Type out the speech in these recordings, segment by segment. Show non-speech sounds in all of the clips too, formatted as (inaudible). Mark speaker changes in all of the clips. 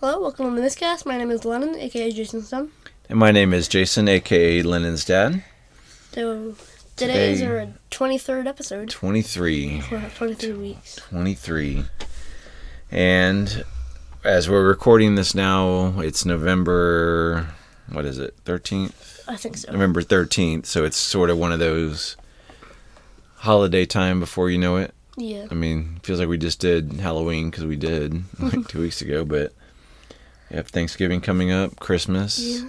Speaker 1: Hello, welcome to this cast. My name is Lennon, aka Jason's son.
Speaker 2: And my name is Jason, aka Lennon's dad.
Speaker 1: So today is
Speaker 2: Today-
Speaker 1: our 23rd episode.
Speaker 2: 23.
Speaker 1: We'll have 23 weeks.
Speaker 2: 23. And as we're recording this now, it's November, what is it, 13th?
Speaker 1: I think so.
Speaker 2: November 13th. So it's sort of one of those holiday time before you know it.
Speaker 1: Yeah.
Speaker 2: I mean, feels like we just did Halloween because we did like two weeks ago, but we have Thanksgiving coming up, Christmas,
Speaker 1: Yeah.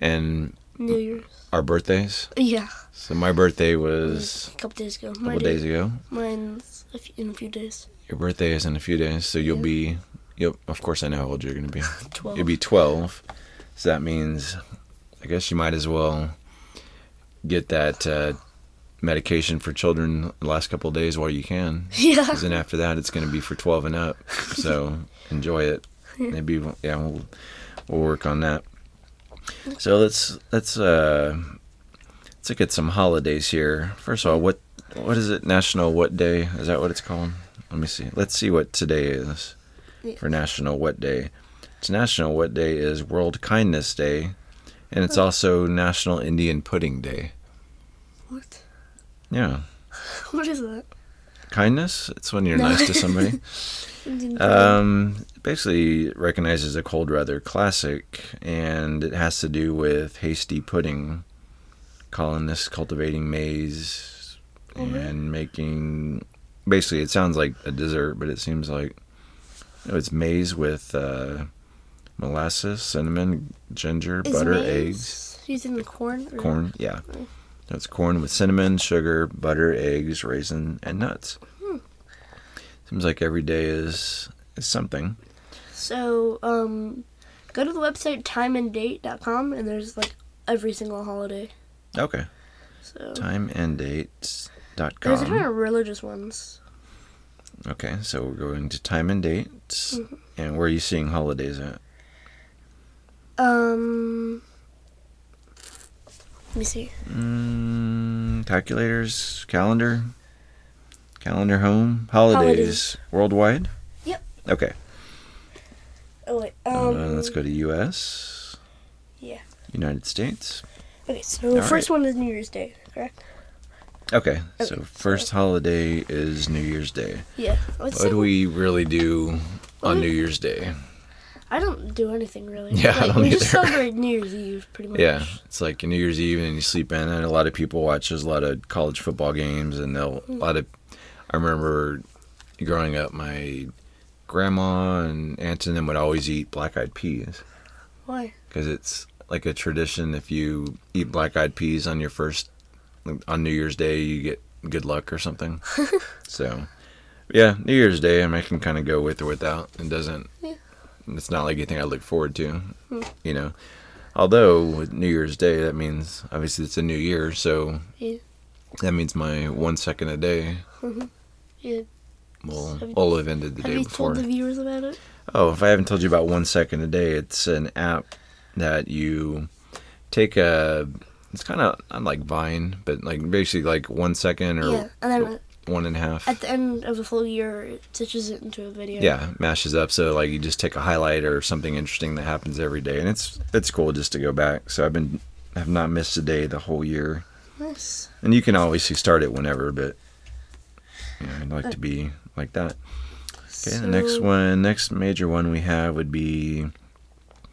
Speaker 2: and
Speaker 1: New Year's.
Speaker 2: our birthdays.
Speaker 1: Yeah.
Speaker 2: So my birthday was
Speaker 1: A couple days ago.
Speaker 2: a
Speaker 1: My
Speaker 2: couple days ago.
Speaker 1: Mine's a few, in a few days.
Speaker 2: Your birthday is in a few days, so you'll
Speaker 1: Yeah.
Speaker 2: be. You'll, of course, I know how old you're going to be.
Speaker 1: 12.
Speaker 2: You'll be 12. So that means, I guess you might as well get that uh, medication for children the last couple of days while you can.
Speaker 1: (laughs) yeah.
Speaker 2: Because then after that, it's going to be for 12 and up. So enjoy it. Maybe, we'll- yeah, we'll, we'll work on that. So let's, let's, uh, let's look at some holidays here. First of all, what, what is it? National What Day? Is that what it's called? Let me see. Let's see what today is
Speaker 1: Yeah.
Speaker 2: for National What Day. It's National What Day is World Kindness Day, and it's also National Indian Pudding Day.
Speaker 1: What?
Speaker 2: Yeah.
Speaker 1: What is that?
Speaker 2: Kindness? It's when you're
Speaker 1: No.
Speaker 2: nice to somebody.
Speaker 1: Indian
Speaker 2: Um, basically it recognizes a cold weather classic, and it has to do with hasty pudding, colonists cultivating maize,
Speaker 1: Oh, really?
Speaker 2: and making. Basically, it sounds like a dessert, but it seems like no, it's maize with uh, molasses, cinnamon, ginger,
Speaker 1: Is
Speaker 2: butter, eggs,
Speaker 1: maize Used in the corn. or-
Speaker 2: corn. Yeah,
Speaker 1: Mm.
Speaker 2: that's corn with cinnamon, sugar, butter, eggs, raisin, and nuts.
Speaker 1: Hmm.
Speaker 2: Seems like every day is is something.
Speaker 1: So, um, go to the website timeanddate.com and there's like every single holiday.
Speaker 2: Okay.
Speaker 1: So
Speaker 2: Time and date dot
Speaker 1: there's a ton
Speaker 2: com.
Speaker 1: of religious ones.
Speaker 2: Okay, so we're going to time and dates,
Speaker 1: Mm-hmm.
Speaker 2: and where are you seeing holidays at?
Speaker 1: Um, let me see.
Speaker 2: Mm, calculators, calendar, calendar home, holidays,
Speaker 1: Holidays.
Speaker 2: worldwide.
Speaker 1: Yep.
Speaker 2: Okay,
Speaker 1: Oh wait.
Speaker 2: uh,
Speaker 1: Um,
Speaker 2: let's go to U.S.
Speaker 1: Yeah.
Speaker 2: United States.
Speaker 1: Okay, so the
Speaker 2: All
Speaker 1: first one is New Year's Day, correct?
Speaker 2: Okay, so
Speaker 1: Okay,
Speaker 2: first holiday is New Year's Day.
Speaker 1: Yeah. I would
Speaker 2: What
Speaker 1: say-
Speaker 2: do we really do
Speaker 1: What do
Speaker 2: on
Speaker 1: we-
Speaker 2: New Year's Day?
Speaker 1: I don't do anything really.
Speaker 2: (laughs) Yeah, I
Speaker 1: Like,
Speaker 2: don't
Speaker 1: we just
Speaker 2: either.
Speaker 1: celebrate New Year's Eve pretty much.
Speaker 2: Yeah, it's like New Year's Eve and you sleep in, and a lot of people watch. There's a lot of college football games, and they'll a lot of. I remember growing up, my grandma and aunt and them would always eat black-eyed peas
Speaker 1: Why?
Speaker 2: because it's like a tradition. If you eat black-eyed peas on your first on New Year's Day, you get good luck or something.
Speaker 1: (laughs)
Speaker 2: so, yeah, New Year's Day, I, mean, I can kind of go with or without. It doesn't.
Speaker 1: Yeah. Hmm.
Speaker 2: It's not like anything I look forward to, you know. Although with New Year's Day, that means obviously it's a new year, so
Speaker 1: Yeah.
Speaker 2: that means my one second a day
Speaker 1: Yeah.
Speaker 2: will
Speaker 1: Have you-
Speaker 2: all have ended the
Speaker 1: Have
Speaker 2: day
Speaker 1: you
Speaker 2: before.
Speaker 1: told the viewers about it?
Speaker 2: Oh, if I haven't told you about One Second a Day, it's an app that you take a. It's kind of not like Vine, but like basically like one second or
Speaker 1: yeah. And then
Speaker 2: one and a half.
Speaker 1: at the end of the full year, it stitches it into a video.
Speaker 2: yeah, mashes up. So like you just take a highlight or something interesting that happens every day, and it's it's cool just to go back. So I've been have not missed a day the whole year,
Speaker 1: Nice.
Speaker 2: and you can obviously start it whenever, but you know, I'd
Speaker 1: Uh,
Speaker 2: like to be like that. Okay, the next one, next major one we have would be,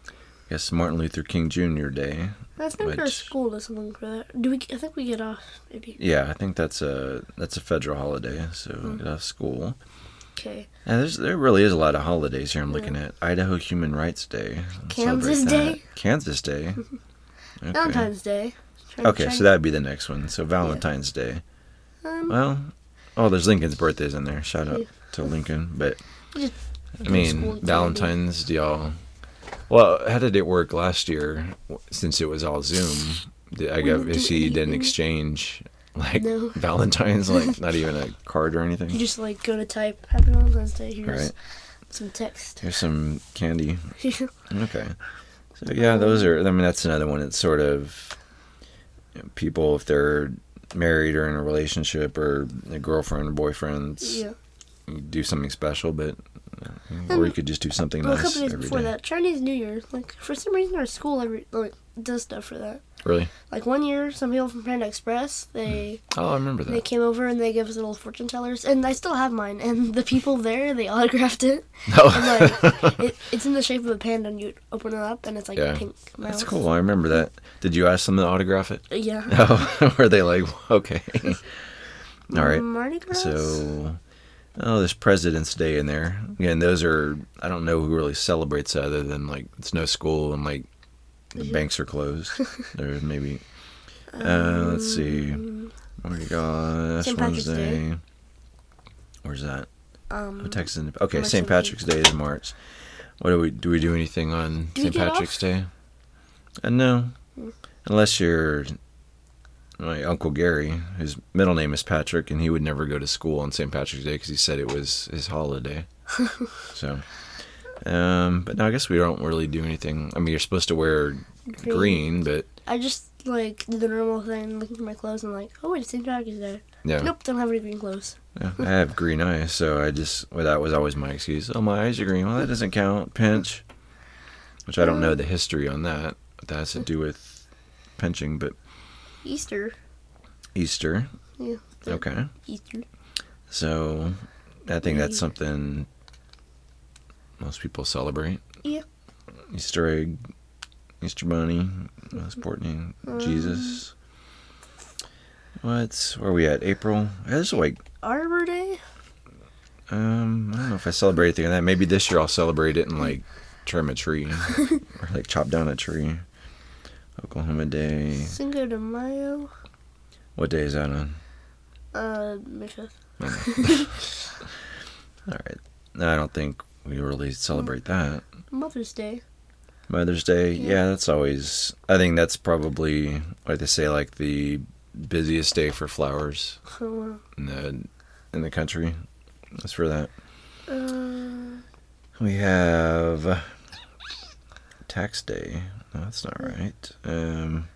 Speaker 2: I guess Martin Luther King Jr. Day.
Speaker 1: I think our
Speaker 2: which-
Speaker 1: school does something for that. Do we? I think we get off maybe.
Speaker 2: Yeah, I think that's a that's a federal holiday, so
Speaker 1: Hmm.
Speaker 2: get off school.
Speaker 1: Okay.
Speaker 2: Yeah, there's there really is a lot of holidays here. I'm looking at Idaho Human Rights Day, Celebrate
Speaker 1: Kansas
Speaker 2: that.
Speaker 1: Day?
Speaker 2: Kansas Day. Okay.
Speaker 1: (laughs) Valentine's Day. Trying-
Speaker 2: Okay,
Speaker 1: trying-
Speaker 2: so that'd be the next one. So Valentine's Day.
Speaker 1: Um,
Speaker 2: Well, oh, there's Lincoln's birthdays in there. Shout out
Speaker 1: Yeah.
Speaker 2: to Lincoln, but
Speaker 1: Just
Speaker 2: I
Speaker 1: school
Speaker 2: mean,
Speaker 1: to
Speaker 2: Valentine's, do y'all? Well, how did it work last year? w- Since it was all Zoom, Did- I
Speaker 1: We didn't
Speaker 2: got
Speaker 1: do
Speaker 2: if she didn't
Speaker 1: anything.
Speaker 2: exchange like
Speaker 1: No.
Speaker 2: (laughs) Valentine's, like not even a card or anything.
Speaker 1: you just like go to type Happy Valentine's Day. Here's
Speaker 2: Mm. Right.
Speaker 1: some text.
Speaker 2: Here's some candy. Okay. So yeah,
Speaker 1: Um,
Speaker 2: those are. I mean, that's another one. It's sort of you know, people if they're married or in a relationship or a girlfriend or boyfriend,
Speaker 1: (laughs) yeah.
Speaker 2: do something special, but uh, or you could just do something
Speaker 1: Um, Well, a
Speaker 2: nice
Speaker 1: couple days
Speaker 2: every
Speaker 1: before
Speaker 2: day.
Speaker 1: that, Chinese New Year. Like for some reason, our school every like does stuff for that.
Speaker 2: Really?
Speaker 1: Like one year, some people from Panda Express they
Speaker 2: Oh, I remember
Speaker 1: they
Speaker 2: that.
Speaker 1: came over and they gave us little fortune tellers, and I still have mine. And the people there they autographed it. And
Speaker 2: Oh,
Speaker 1: like it, it's in the shape of a panda, and you open it up, and it's like
Speaker 2: Yeah.
Speaker 1: pink.
Speaker 2: (laughs) that's
Speaker 1: mouse.
Speaker 2: cool. I remember
Speaker 1: (laughs)
Speaker 2: that. Did you ask them to autograph it? (laughs)
Speaker 1: Yeah.
Speaker 2: Oh, (laughs) were they like,
Speaker 1: (laughs)
Speaker 2: okay, all right?
Speaker 1: Mardi Gras.
Speaker 2: So, oh, there's President's Day in there. Yeah, and those are, I don't know who really celebrates that other than like, it's no school and like the banks are
Speaker 1: (laughs)
Speaker 2: closed. There's maybe,
Speaker 1: um,
Speaker 2: uh, let's see. Oh my gosh,
Speaker 1: St. Um, Patrick's Day.
Speaker 2: Wednesday. Where's that?
Speaker 1: um,
Speaker 2: Oh, Texas. Ind- Okay,
Speaker 1: March
Speaker 2: St.
Speaker 1: 17th.
Speaker 2: Patrick's Day is March. What do we do? We do anything on
Speaker 1: Do we
Speaker 2: St.
Speaker 1: get off?
Speaker 2: Patrick's Day? Uh, no, unless you're my uncle Gary, whose middle name is Patrick, and he would never go to school on St. Patrick's Day because he said it was
Speaker 1: (laughs)
Speaker 2: his holiday. so, um, but no, I guess we don't really do anything. I mean, you're supposed to wear green, but
Speaker 1: I just like did the normal thing, looking for my clothes, and like, oh wait, it's St. Patrick's Day.
Speaker 2: yeah.
Speaker 1: Nope, don't have any green clothes.
Speaker 2: Yeah, I have green eyes, so I just well, that was always my excuse. Oh, my eyes are green. Well, that doesn't count. Pinch, which I don't know the history on that. What that has to do with pinching, but
Speaker 1: Easter.
Speaker 2: Easter.
Speaker 1: Yeah.
Speaker 2: Okay,
Speaker 1: Easter.
Speaker 2: so I think that's something most people celebrate.
Speaker 1: Yeah.
Speaker 2: Easter egg, Easter bunny, uh, sporting Jesus. What's where are we at? April. That's like
Speaker 1: Arbor Day.
Speaker 2: Um, I don't know if I celebrate anything like that. Maybe this year I'll celebrate it and like trim a tree or like chop down a tree. Oklahoma Day.
Speaker 1: Cinco de Mayo.
Speaker 2: What day is that on?
Speaker 1: Uh, May 5th.
Speaker 2: All right. No, I don't think we really celebrate that.
Speaker 1: Mother's Day. (laughs)
Speaker 2: Mother's Day. Yeah, that's always. I think that's probably like they say like the busiest day for flowers
Speaker 1: Oh,
Speaker 2: in the in the country. That's for that.
Speaker 1: wow. Uh, (laughs)
Speaker 2: We have tax day. No, that's not right. Um.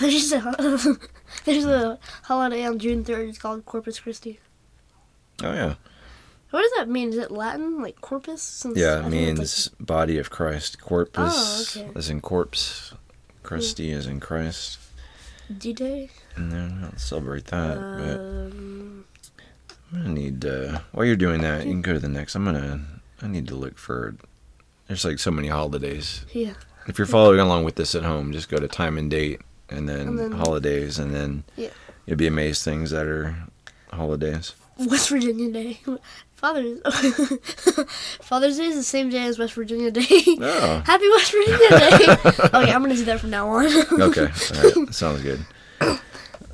Speaker 1: there's a (laughs) there's a holiday on June 3rd. It's called Corpus Christi.
Speaker 2: Oh yeah.
Speaker 1: What does that mean? Is it Latin, like corpus? Since I
Speaker 2: Yeah, it
Speaker 1: think it's, like,
Speaker 2: means body of Christ. Corpus
Speaker 1: Oh, okay.
Speaker 2: as in corpse. Christi is in Christ.
Speaker 1: D-Day.
Speaker 2: No, we don't celebrate that.
Speaker 1: Uh, Um,
Speaker 2: but I'm gonna need. Uh, while you're doing that, you can go to the next. I'm gonna. I need to look for. There's like so many holidays.
Speaker 1: yeah.
Speaker 2: If you're following along with this at home, just go to time and date, and then,
Speaker 1: And then-
Speaker 2: holidays, and then
Speaker 1: Yeah.
Speaker 2: you'll be amazed things that are holidays.
Speaker 1: (laughs) West Virginia Day. (laughs) Father's Father's Day is the same day as West Virginia Day. (laughs)
Speaker 2: Oh.
Speaker 1: Happy West Virginia Day. (laughs) okay, I'm gonna do that from now
Speaker 2: (laughs)
Speaker 1: on. (laughs)
Speaker 2: Okay, all right,
Speaker 1: (coughs)
Speaker 2: sounds good.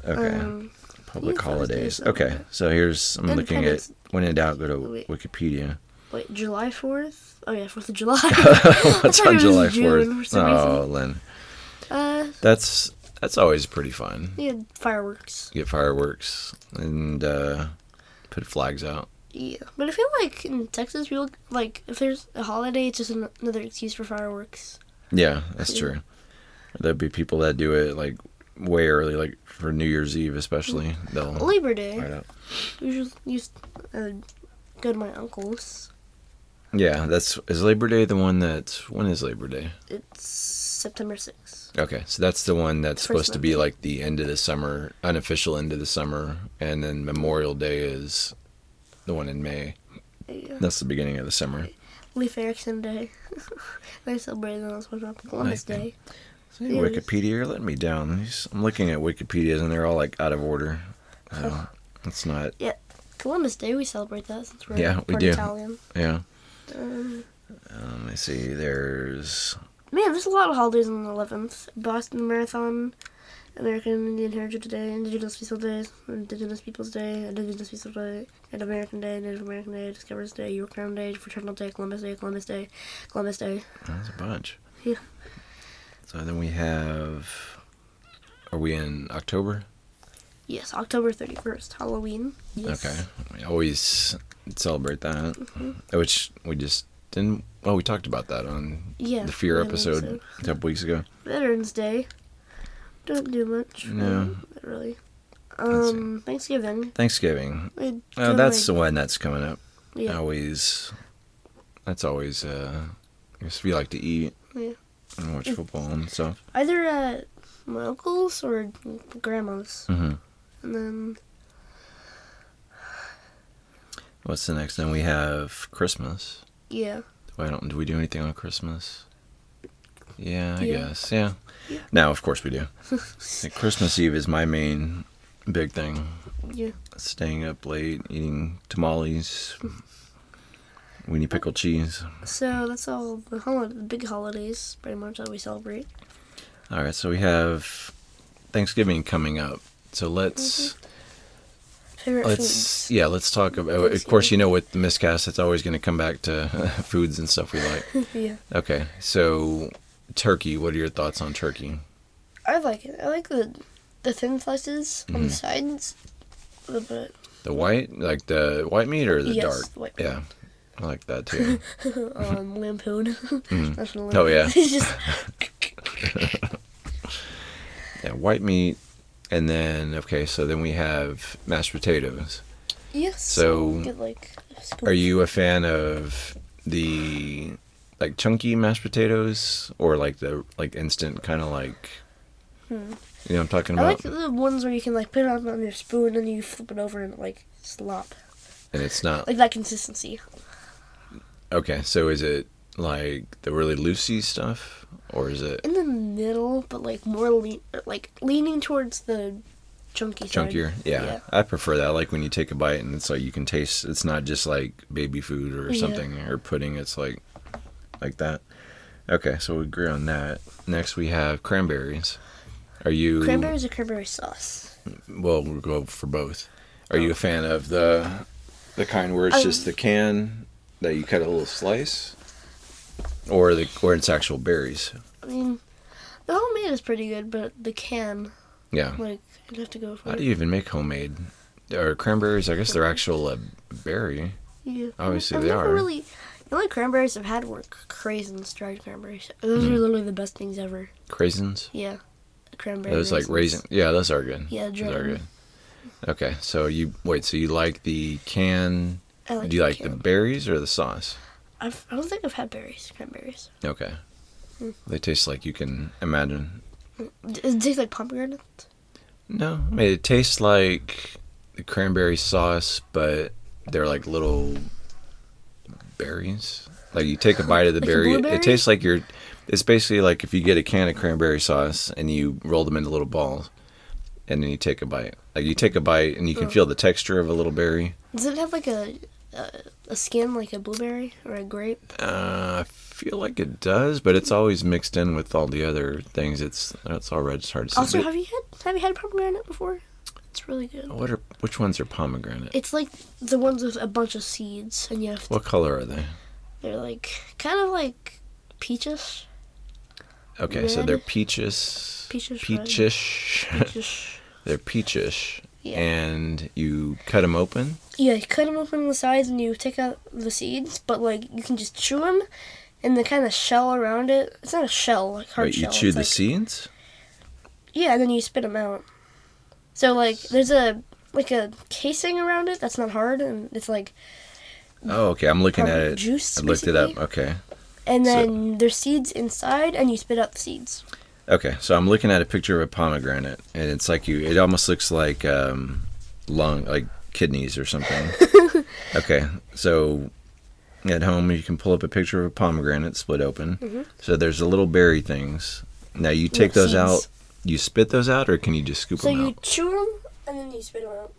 Speaker 2: Okay.
Speaker 1: Um,
Speaker 2: Public
Speaker 1: Yeah, Thursdays,
Speaker 2: holidays.
Speaker 1: something
Speaker 2: Okay,
Speaker 1: like
Speaker 2: so here's I'm looking at
Speaker 1: Independence-
Speaker 2: when in doubt, go to
Speaker 1: Wait.
Speaker 2: Wikipedia.
Speaker 1: wait, July 4th. Oh yeah, 4th of
Speaker 2: (laughs)
Speaker 1: July. I
Speaker 2: What's
Speaker 1: thought it
Speaker 2: on
Speaker 1: was
Speaker 2: July
Speaker 1: June for
Speaker 2: Fourth?
Speaker 1: some
Speaker 2: Oh, Lynn,
Speaker 1: reason. Uh,
Speaker 2: that's that's always pretty fun.
Speaker 1: yeah, fireworks.
Speaker 2: Get fireworks and uh, put flags out.
Speaker 1: Yeah, but I feel like in Texas, people like if there's a holiday, it's just an- another excuse for fireworks.
Speaker 2: Yeah, that's true. There'll be people that do it like way early, like for New Year's Eve especially. They'll
Speaker 1: Labor
Speaker 2: light
Speaker 1: Day.
Speaker 2: up.
Speaker 1: Usually, used uh, go to my uncle's.
Speaker 2: Yeah, that's is Labor Day the one that's when is Labor Day?
Speaker 1: It's September 6th.
Speaker 2: Okay, so that's the one that's
Speaker 1: First
Speaker 2: supposed to be like the end of the summer, unofficial end of the summer, and then Memorial Day is the one in May.
Speaker 1: Yeah.
Speaker 2: That's the beginning of the summer.
Speaker 1: Leif Erikson Day. (laughs) I celebrated that on SpongeBob Columbus
Speaker 2: Like,
Speaker 1: Day.
Speaker 2: See,
Speaker 1: Yeah, it is.
Speaker 2: Wikipedia, you're letting me down. These- I'm looking at Wikipedia's and they're all like out of order. So
Speaker 1: (laughs)
Speaker 2: it's not.
Speaker 1: Columbus Day, we celebrate that since we're
Speaker 2: Yeah, we
Speaker 1: part
Speaker 2: do.
Speaker 1: Italian.
Speaker 2: Yeah.
Speaker 1: Um,
Speaker 2: Um, let me see. There's
Speaker 1: man, there's a lot of holidays on the 11th. Boston Marathon, American Indian Heritage Day, Indigenous People Day, Indigenous Peoples Day, Indigenous People Day, and American Day, Native American Day, Discoverers Day, Yorktown Day, Fraternal Day, Columbus Day, Columbus Day, Columbus Day.
Speaker 2: there's a bunch.
Speaker 1: Yeah.
Speaker 2: So then we have. Are we in October?
Speaker 1: Yes, October 31st, Halloween. Yes. Mm-hmm.
Speaker 2: Okay. We always celebrate that, which we just didn't. Well, we talked about that on
Speaker 1: Yeah.
Speaker 2: the Fear
Speaker 1: I think
Speaker 2: episode
Speaker 1: so.
Speaker 2: a couple weeks ago.
Speaker 1: Veterans Day. Don't do much. for
Speaker 2: No.
Speaker 1: that, Really.
Speaker 2: Let's see.
Speaker 1: Um, Thanksgiving.
Speaker 2: Thanksgiving.
Speaker 1: We
Speaker 2: Oh,
Speaker 1: do,
Speaker 2: that's the
Speaker 1: like-
Speaker 2: one that's coming up.
Speaker 1: yeah.
Speaker 2: Always. that's always uh, I guess we like to eat
Speaker 1: Yeah.
Speaker 2: and watch football and stuff.
Speaker 1: Either at my uncle's or grandma's.
Speaker 2: hmm
Speaker 1: And then
Speaker 2: What's the next? Then we have Christmas.
Speaker 1: yeah,
Speaker 2: Why don't do we do anything on Christmas? Yeah, I
Speaker 1: Yeah.
Speaker 2: guess. Yeah.
Speaker 1: Yeah.
Speaker 2: Now, of course,
Speaker 1: (laughs)
Speaker 2: we do. Like, Christmas Eve is my main big thing.
Speaker 1: yeah,
Speaker 2: Staying up late, eating tamales, weenie pickle cheese.
Speaker 1: So that's all the, hol- the big holidays, pretty much that we celebrate.
Speaker 2: All right, so we have Thanksgiving coming up. So let's
Speaker 1: Favorite
Speaker 2: let's
Speaker 1: Mm-hmm. foods.
Speaker 2: yeah let's talk about. Of course, you know with the miscast, it's always going to come back to (laughs) foods and stuff
Speaker 1: (laughs)
Speaker 2: we like.
Speaker 1: yeah,
Speaker 2: Okay, so turkey. What are your thoughts on turkey?
Speaker 1: I like it. I like the the thin slices on
Speaker 2: Mm-hmm.
Speaker 1: the sides, but
Speaker 2: The white, like the white meat or the
Speaker 1: Yes,
Speaker 2: dark?
Speaker 1: the white meat.
Speaker 2: yeah, I like that
Speaker 1: (laughs)
Speaker 2: too.
Speaker 1: um, (laughs) lampoon. National
Speaker 2: Oh,
Speaker 1: Lampoon.
Speaker 2: yeah.
Speaker 1: (laughs) It's just
Speaker 2: (laughs) yeah, white meat, and then okay, so then we have mashed potatoes.
Speaker 1: yes.
Speaker 2: So,
Speaker 1: get like. a scoop.
Speaker 2: Are you a fan of the like chunky mashed potatoes or like the like instant kind of like you know what I'm talking
Speaker 1: Hmm. I
Speaker 2: about?
Speaker 1: like the ones where you can like put it on, on your spoon and you flip it over and like slop
Speaker 2: and it's not
Speaker 1: like that consistency.
Speaker 2: okay. So is it like the really loosey stuff or is it
Speaker 1: In the middle, but like more lean, like leaning towards the chunky side.
Speaker 2: chunkier? Yeah, I prefer that. I like when you take a bite and it's like you can taste. It's not just like baby food or
Speaker 1: Yeah.
Speaker 2: something or pudding. It's like like that. Okay, so we agree on that. Next we have cranberries. Are you
Speaker 1: Cranberries or cranberry sauce.
Speaker 2: Well, we'll go for both. Are you a fan of the the kind where it's
Speaker 1: Um,
Speaker 2: just the can that you cut a little slice, or the or it's actual berries?
Speaker 1: I mean, the homemade is pretty good, but the can,
Speaker 2: Yeah.
Speaker 1: like, I'd have to go for
Speaker 2: How
Speaker 1: it.
Speaker 2: do you even make homemade or cranberries? I guess they're actual uh, berry.
Speaker 1: Yeah.
Speaker 2: Obviously
Speaker 1: I've
Speaker 2: they
Speaker 1: never
Speaker 2: are.
Speaker 1: Really, the only cranberries I've had were craisins, dried cranberries. Those
Speaker 2: Mm.
Speaker 1: are literally the best things ever.
Speaker 2: Raisins.
Speaker 1: Yeah, cranberries.
Speaker 2: Those like raisin. Yeah, those are good.
Speaker 1: Yeah,
Speaker 2: those are
Speaker 1: dried.
Speaker 2: good. Okay, so you wait. So you like the can?
Speaker 1: I like
Speaker 2: do you
Speaker 1: the
Speaker 2: like the
Speaker 1: can.
Speaker 2: berries or the sauce?
Speaker 1: I've, I don't think I've had berries, cranberries.
Speaker 2: Okay.
Speaker 1: Hmm.
Speaker 2: They taste like you can imagine.
Speaker 1: D- Does it taste like pomegranate?
Speaker 2: No, I mean, it tastes like the cranberry sauce, but they're like little berries. Like you take a bite of the
Speaker 1: Like a
Speaker 2: berry,
Speaker 1: blueberry?
Speaker 2: it tastes like you're. It's basically like if you get a can of cranberry sauce and you roll them into little balls, and then you take a bite. Like you take a bite and you can
Speaker 1: Oh.
Speaker 2: feel the texture of a little berry.
Speaker 1: Does it have like a a, a skin like a blueberry or a grape?
Speaker 2: Uh, I feel like it does, but it's always mixed in with all the other things. It's it's all red. It's hard to see.
Speaker 1: Also,
Speaker 2: But
Speaker 1: have you had have you had pomegranate before? It's really good.
Speaker 2: what are which ones are pomegranate?
Speaker 1: It's like the ones with a bunch of seeds, and you have to,
Speaker 2: What color are they?
Speaker 1: they're like kind of like
Speaker 2: (laughs)
Speaker 1: peaches,
Speaker 2: Okay, so they're
Speaker 1: Red.
Speaker 2: peaches.
Speaker 1: Peaches red.
Speaker 2: Peachish.
Speaker 1: peaches.
Speaker 2: (laughs) they're peachish.
Speaker 1: Yeah.
Speaker 2: And you cut them open.
Speaker 1: yeah, you cut them open on the sides, and you take out the seeds, but like you can just chew them, and the kind of shell around it. It's not a shell, like hard
Speaker 2: Wait, you
Speaker 1: shell.
Speaker 2: chew
Speaker 1: it's
Speaker 2: the
Speaker 1: like-
Speaker 2: seeds?
Speaker 1: Yeah, and then you spit them out. So like, there's a like a casing around it that's not hard, and it's like
Speaker 2: Oh, okay. I'm looking at
Speaker 1: Mm. Probably
Speaker 2: it.
Speaker 1: juice,
Speaker 2: I looked it up. Okay.
Speaker 1: And
Speaker 2: So-
Speaker 1: then there's seeds inside, and you spit out the seeds.
Speaker 2: Okay, so I'm looking at a picture of a pomegranate, and it's like you. It almost looks like um, lung, like kidneys or
Speaker 1: (laughs)
Speaker 2: something. okay, so at home you can pull up a picture of a pomegranate split open.
Speaker 1: Mm-hmm.
Speaker 2: So there's the little berry things. Now you take those
Speaker 1: seeds.
Speaker 2: out. You spit those out, or can you just scoop
Speaker 1: So
Speaker 2: them
Speaker 1: you
Speaker 2: out?
Speaker 1: chew them, and then you spit them out.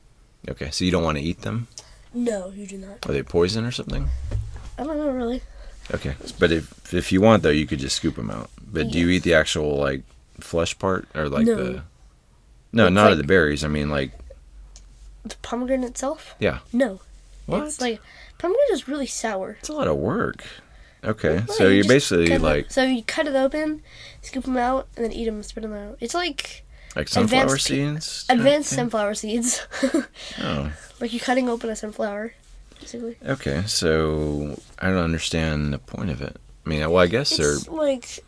Speaker 2: Okay, so you don't want to eat them.
Speaker 1: No, you do not.
Speaker 2: Are they poison or something?
Speaker 1: I don't know really.
Speaker 2: Okay, but if if you want though, you could just scoop them out. But do you eat the actual like flesh part or like
Speaker 1: No.
Speaker 2: the? No,
Speaker 1: It's
Speaker 2: not of
Speaker 1: like-
Speaker 2: the berries. I mean, like
Speaker 1: The pomegranate itself?
Speaker 2: yeah.
Speaker 1: No.
Speaker 2: What?
Speaker 1: It's like pomegranate is really sour.
Speaker 2: It's a lot of work. Okay,
Speaker 1: Well,
Speaker 2: so
Speaker 1: you
Speaker 2: you're
Speaker 1: just
Speaker 2: basically
Speaker 1: cut it-
Speaker 2: like
Speaker 1: So you cut it open, scoop them out, and then eat them and spit them out. It's like
Speaker 2: like sunflower
Speaker 1: advanced pe-
Speaker 2: seeds. type
Speaker 1: advanced
Speaker 2: thing?
Speaker 1: sunflower seeds. (laughs)
Speaker 2: Oh,
Speaker 1: like you're cutting open a sunflower, basically.
Speaker 2: okay. So I don't understand the point of it. I mean, well, I guess they're
Speaker 1: It's like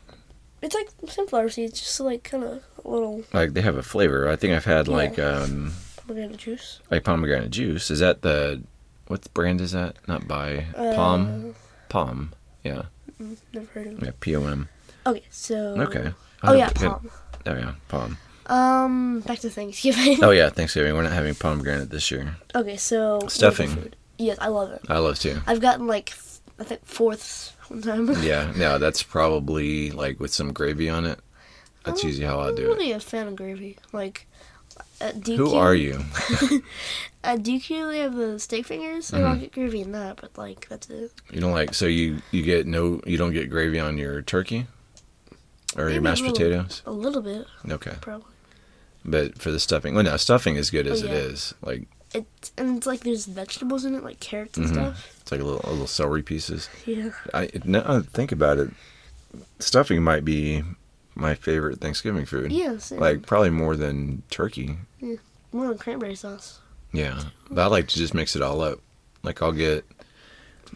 Speaker 1: it's like sunflower seeds, just like kind of a little
Speaker 2: like they have a flavor. I think I've had
Speaker 1: Yeah.
Speaker 2: like um
Speaker 1: pomegranate juice. Uh,
Speaker 2: like pomegranate juice. Is that the what brand is that? Not by Palm Palm. Yeah.
Speaker 1: Mm, Never heard of it.
Speaker 2: Yeah. P O M.
Speaker 1: Okay, so.
Speaker 2: Okay.
Speaker 1: Oh, yeah,
Speaker 2: Okay.
Speaker 1: palm.
Speaker 2: Oh yeah, palm.
Speaker 1: Um, back to Thanksgiving.
Speaker 2: Oh yeah, Thanksgiving. We're not having pomegranate this year.
Speaker 1: (laughs) Okay, so. local
Speaker 2: Stuffing.
Speaker 1: food. Yes, I love it.
Speaker 2: I love to.
Speaker 1: I've gotten like, f- I think fourths one time.
Speaker 2: Yeah, no, that's probably like with some gravy on it. That's
Speaker 1: I'm-
Speaker 2: usually how I
Speaker 1: I'm
Speaker 2: do it.
Speaker 1: really a fan of gravy. Like, at DQ,
Speaker 2: Who are you?
Speaker 1: At DQ, they have the steak fingers. I
Speaker 2: Mm-hmm.
Speaker 1: don't get gravy in that, but like that's it.
Speaker 2: You don't like so you you get no you don't get gravy on your turkey or
Speaker 1: Maybe
Speaker 2: your mashed
Speaker 1: a little.
Speaker 2: potatoes.
Speaker 1: A little bit,
Speaker 2: Okay,
Speaker 1: probably.
Speaker 2: but for the stuffing, well, no, stuffing is good as
Speaker 1: Oh,
Speaker 2: it
Speaker 1: yeah.
Speaker 2: is. Like
Speaker 1: It's and it's like there's vegetables in it, like carrots and
Speaker 2: Mhm.
Speaker 1: stuff.
Speaker 2: it's like a little little celery pieces.
Speaker 1: Yeah.
Speaker 2: I now I think about it, stuffing might be my favorite Thanksgiving food.
Speaker 1: Yes. and
Speaker 2: Like probably more than turkey.
Speaker 1: more than cranberry sauce.
Speaker 2: Yeah, but I like to just mix it all up. Like I'll get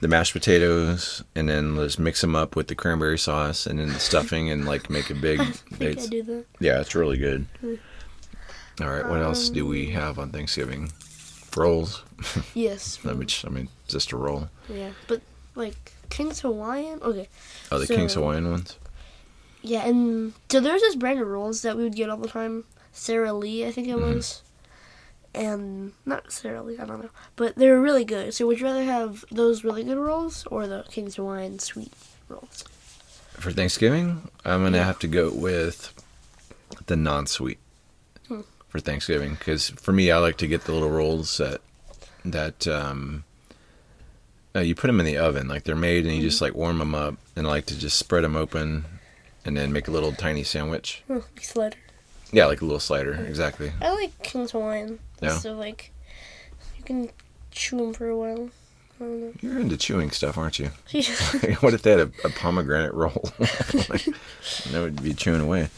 Speaker 2: the mashed potatoes and then let's mix them up with the cranberry sauce and then the stuffing and like make a big.
Speaker 1: (laughs) I think I
Speaker 2: it's-
Speaker 1: do that.
Speaker 2: yeah, it's really good. All right, what else do
Speaker 1: Um,
Speaker 2: we have on Thanksgiving? Rolls,
Speaker 1: Yes.
Speaker 2: No, which I mean, just a roll.
Speaker 1: Yeah, but like King's Hawaiian. Okay.
Speaker 2: Oh, the King's
Speaker 1: So-
Speaker 2: Hawaiian ones.
Speaker 1: Yeah, and so there's this brand of rolls that we would get all the time. Sarah Lee, I think it
Speaker 2: Mhm.
Speaker 1: was. And not Sarah Lee, I don't know. But they were really good. So would you rather have those really good rolls or the King's Hawaiian sweet rolls?
Speaker 2: For Thanksgiving, I'm gonna
Speaker 1: Yeah.
Speaker 2: have to go with the non-sweet
Speaker 1: Hmm.
Speaker 2: for Thanksgiving because for me, I like to get the little rolls that that um, uh, you put them in the oven, like they're made, and you
Speaker 1: Mm-hmm.
Speaker 2: just like warm them up, and I like to just spread them open, and then make a little tiny sandwich.
Speaker 1: Oh, like slider.
Speaker 2: Yeah, like a little slider,
Speaker 1: Mm.
Speaker 2: exactly.
Speaker 1: I like King's Hawaiian.
Speaker 2: Yeah.
Speaker 1: So like you can chew them for a while. I don't know. (laughs)
Speaker 2: You're into chewing stuff, aren't you? (laughs)
Speaker 1: Yeah.
Speaker 2: what if they had a, a pomegranate roll? (laughs) like, that would be chewing away.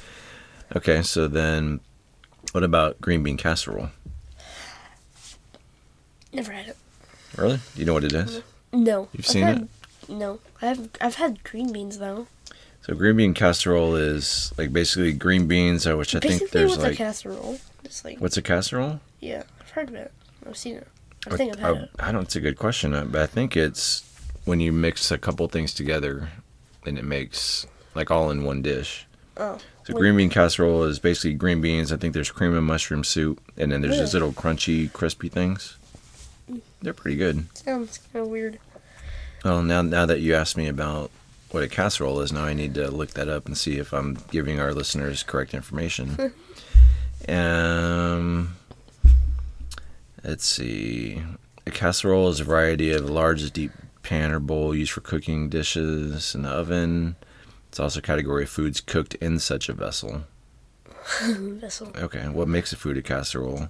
Speaker 2: Okay, so then, what about green bean casserole?
Speaker 1: Never had it.
Speaker 2: Really? You know what it is?
Speaker 1: Mm-hmm. No.
Speaker 2: You've seen
Speaker 1: had, No. I've I've had green beans though.
Speaker 2: So green bean casserole is like basically green beans, uh, which I think
Speaker 1: Basically
Speaker 2: there's
Speaker 1: with
Speaker 2: like
Speaker 1: a casserole. Just like
Speaker 2: what's a casserole?
Speaker 1: yeah. I've heard of it. I've seen it. I think I've had it.
Speaker 2: I don't. It's a good question, uh, but I think it's when you mix a couple things together, and it makes like all in one dish.
Speaker 1: Oh.
Speaker 2: So
Speaker 1: Wait.
Speaker 2: green bean casserole is basically green beans. I think there's cream and mushroom soup, and then there's these
Speaker 1: Really? Mm.
Speaker 2: little crunchy, crispy things. They're pretty good.
Speaker 1: Sounds kind of weird. (laughs)
Speaker 2: Well, now now that you asked me about what a casserole is, now I need to look that up and see if I'm giving our listeners correct information. um, let's see. A casserole is a variety of large, deep pan or bowl used for cooking dishes in the oven. It's also a category of foods cooked in such a vessel.
Speaker 1: Vessel.
Speaker 2: Okay, what makes a food a casserole?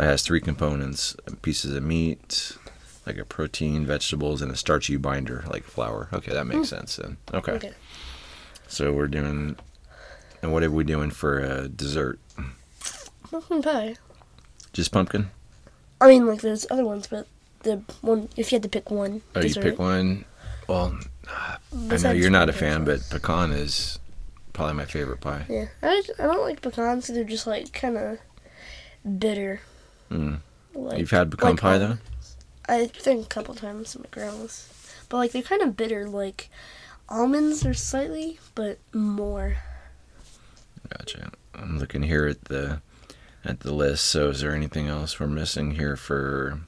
Speaker 2: It has three components: pieces of meat, like a protein, vegetables, and a starchy binder, like flour. Okay, that makes sense then. Okay.
Speaker 1: Mm. Okay.
Speaker 2: so we're doing, and what are we doing for uh, dessert?
Speaker 1: Pumpkin pie.
Speaker 2: Just pumpkin?
Speaker 1: I mean, like there's other ones, but the one if you had to pick one.
Speaker 2: Oh,
Speaker 1: dessert,
Speaker 2: you pick one. Well, I know
Speaker 1: besides
Speaker 2: you're not a fan,
Speaker 1: pumpkin
Speaker 2: but
Speaker 1: sauce.
Speaker 2: pecan is probably my favorite pie.
Speaker 1: yeah, I, just- I don't like pecans. 'cause They're just like kind of bitter.
Speaker 2: Mm.
Speaker 1: Like,
Speaker 2: You've had pecan
Speaker 1: like,
Speaker 2: pie
Speaker 1: um,
Speaker 2: though?
Speaker 1: I think a couple times at my grandma's, but like they're kind of bitter. Like almonds are slightly, but more.
Speaker 2: Gotcha. I'm looking here at the at the list. So is there anything else we're missing here for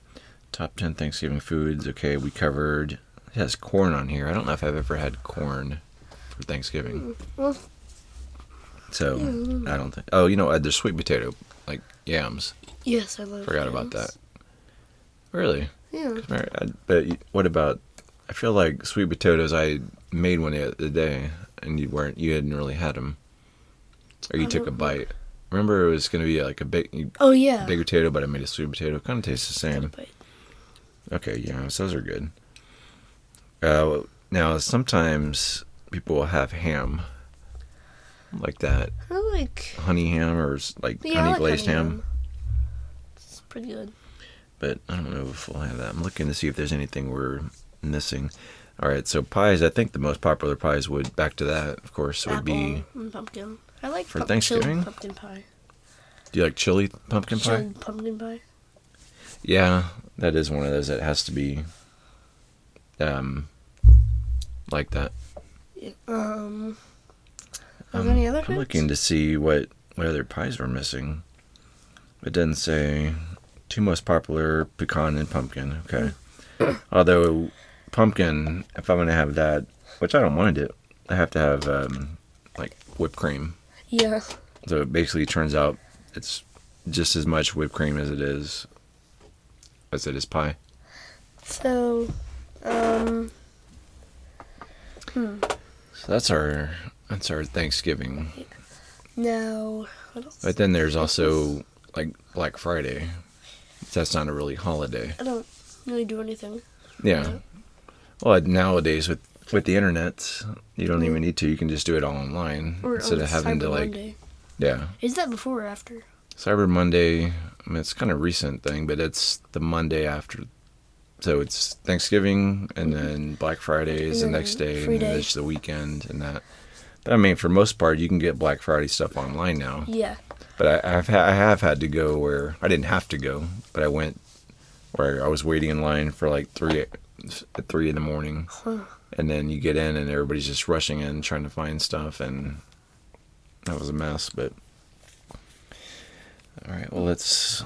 Speaker 2: top ten Thanksgiving foods? Okay, we covered it has corn on here. I don't know if I've ever had corn for Thanksgiving.
Speaker 1: Well,
Speaker 2: So I don't think oh, you know, uh, there's sweet potato, like yams.
Speaker 1: yes, I love.
Speaker 2: Forgot about
Speaker 1: yams.
Speaker 2: Really?
Speaker 1: Yeah.
Speaker 2: All right, I- But y- what about I feel like sweet potatoes I made one the other day and you weren't you hadn't really had them. Or you
Speaker 1: I
Speaker 2: took a
Speaker 1: don't
Speaker 2: bite. Remember it was going to be like a big you
Speaker 1: Oh Uh-huh. yeah.
Speaker 2: big potato, but I made a sweet potato. Kind of tastes the
Speaker 1: Gotta
Speaker 2: same.
Speaker 1: bite.
Speaker 2: Okay, yeah, so those are good. Uh, now sometimes people will have ham, like that
Speaker 1: I like.
Speaker 2: honey ham or s- like
Speaker 1: Yeah, I
Speaker 2: honey
Speaker 1: like
Speaker 2: glazed
Speaker 1: honey
Speaker 2: ham.
Speaker 1: It's pretty good.
Speaker 2: But I don't know if we'll have that. I'm looking to see if there's anything we're missing. All right, so pies. I think the most popular pies would back to that, of course, would be.
Speaker 1: Apple and pumpkin. I like
Speaker 2: for
Speaker 1: pump-
Speaker 2: Thanksgiving?
Speaker 1: chilled pumpkin pie.
Speaker 2: Do you like chili pumpkin pie?
Speaker 1: Chilled pumpkin pie.
Speaker 2: Yeah, that is one of those that has to be um, like that.
Speaker 1: Um, are
Speaker 2: Um,
Speaker 1: there any other
Speaker 2: I'm
Speaker 1: foods?
Speaker 2: looking to see what, what other pies we're missing. It doesn't say two most popular pecan and pumpkin. Okay. Although pumpkin, if I'm gonna have that, which I don't want to do, I have to have um, like whipped cream.
Speaker 1: Yeah.
Speaker 2: So it basically turns out it's just as much whipped cream as it is as it is pie.
Speaker 1: So, um, hmm.
Speaker 2: So that's our that's our Thanksgiving.
Speaker 1: Now, what else?
Speaker 2: But then there's also like Black Friday. That's not a really holiday.
Speaker 1: I don't really do anything.
Speaker 2: Yeah. Well, nowadays with with the internet, you don't even need to. You can just do it all online
Speaker 1: Or
Speaker 2: instead
Speaker 1: on
Speaker 2: of having
Speaker 1: Cyber
Speaker 2: to like
Speaker 1: Monday.
Speaker 2: yeah.
Speaker 1: Is that before or after?
Speaker 2: Cyber Monday. I mean, it's kind of recent thing, but it's the Monday after. So it's Thanksgiving, and then Black Friday is
Speaker 1: Mm-hmm.
Speaker 2: the
Speaker 1: And then
Speaker 2: next day,
Speaker 1: free
Speaker 2: and then
Speaker 1: day.
Speaker 2: it's the weekend, and that. But I mean, for most part, you can get Black Friday stuff online now.
Speaker 1: Yeah.
Speaker 2: But I, I've ha- I have had to go where I didn't have to go, but I went where I was waiting in line for like three at three in the morning, and then you get in and everybody's just rushing in trying to find stuff, and that was a mess. But all right, well let's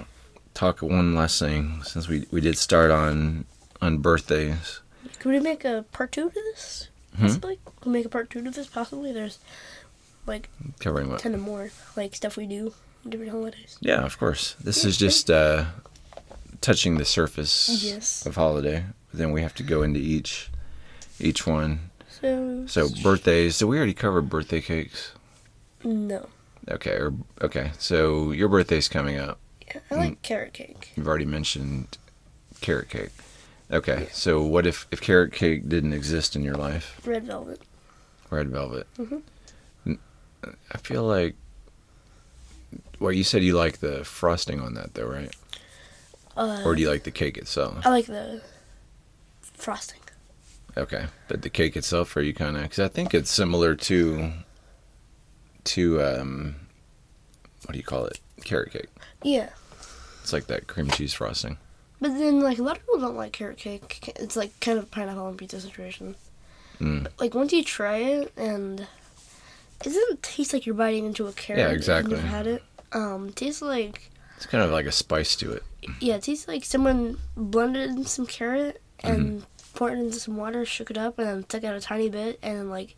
Speaker 2: talk one last thing since we we did start on on birthdays.
Speaker 1: Can we make a part two to this?
Speaker 2: Hmm?
Speaker 1: Possibly? Can we make a part two to this? Possibly? There's like
Speaker 2: Covering what?
Speaker 1: ten or more like stuff we do on different holidays.
Speaker 2: Yeah, of course. This is just uh, touching the surface
Speaker 1: Yes.
Speaker 2: of holiday. Then we have to go into each each one.
Speaker 1: So
Speaker 2: So birthdays. So we already covered birthday cakes.
Speaker 1: no.
Speaker 2: Okay. Or okay. So your birthday's coming up.
Speaker 1: Yeah, I
Speaker 2: Mm.
Speaker 1: like carrot cake.
Speaker 2: You've already mentioned carrot cake. Okay. So what if if carrot cake didn't exist in your life?
Speaker 1: Red velvet.
Speaker 2: Red velvet.
Speaker 1: Mhm.
Speaker 2: N- I feel like. Well, you said you like the frosting on that though, right?
Speaker 1: Uh,
Speaker 2: Or do you like the cake itself?
Speaker 1: I like the frosting.
Speaker 2: Okay, but the cake itself, are you kind of? Because I think it's similar to, to um, what do you call it? Carrot cake.
Speaker 1: Yeah.
Speaker 2: It's like that cream cheese frosting.
Speaker 1: But then like a lot of people don't like carrot cake. It's like kind of pineapple and pizza situation.
Speaker 2: Mm.
Speaker 1: Like once you try it and it doesn't taste like you're biting into a carrot.
Speaker 2: exactly.
Speaker 1: And you've had it. Um, it tastes like
Speaker 2: It's kind of like a spice to it.
Speaker 1: Yeah, it tastes like someone blended in some carrot and poured it into some water, shook it up, and then took out a tiny bit and then, like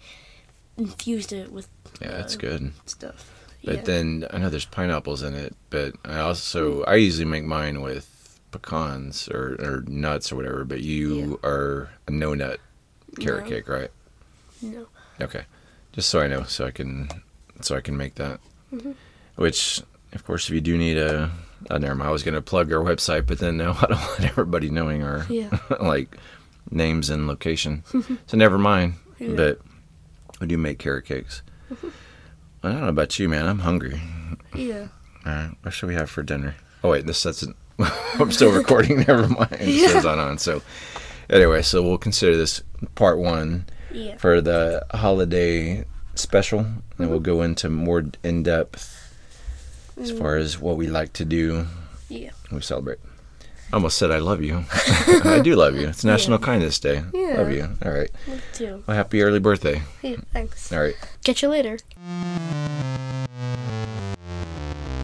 Speaker 1: infused it with
Speaker 2: Yeah, it's
Speaker 1: Uh,
Speaker 2: good.
Speaker 1: stuff.
Speaker 2: But
Speaker 1: yeah.
Speaker 2: then I know there's pineapples in it, but I
Speaker 1: Hmm.
Speaker 2: also I usually make mine with pecans or, or nuts or whatever. But you are a no nut carrot
Speaker 1: No.
Speaker 2: cake, right?
Speaker 1: no.
Speaker 2: Okay, just so I know, so I can, so I can make that.
Speaker 1: Mm-hmm.
Speaker 2: Which, of course, if you do need a, oh, never mind. I was gonna plug our website, but then no, (laughs) I don't want everybody knowing our
Speaker 1: Yeah.
Speaker 2: (laughs)
Speaker 1: Mm-hmm.
Speaker 2: like names and
Speaker 1: (laughs)
Speaker 2: location. so never mind.
Speaker 1: Yeah. Mm-hmm.
Speaker 2: But we do make carrot cakes. I don't know about you, man. I'm hungry.
Speaker 1: Yeah.
Speaker 2: All right, what should we have for dinner? Oh wait, this that's (laughs) I'm still recording. (laughs) Never mind. It says on on. So anyway, so we'll consider this part one
Speaker 1: Yeah.
Speaker 2: for the holiday special, and we'll go into more in depth as
Speaker 1: Mm.
Speaker 2: far as what we like to do.
Speaker 1: Yeah.
Speaker 2: when We celebrate. I almost said I love
Speaker 1: (laughs)
Speaker 2: you. I do love you. It's National Kindness Day.
Speaker 1: Yeah.
Speaker 2: Love you. All right.
Speaker 1: Me too.
Speaker 2: Well, happy early birthday.
Speaker 1: Yeah, thanks.
Speaker 2: All right.
Speaker 1: Catch you later.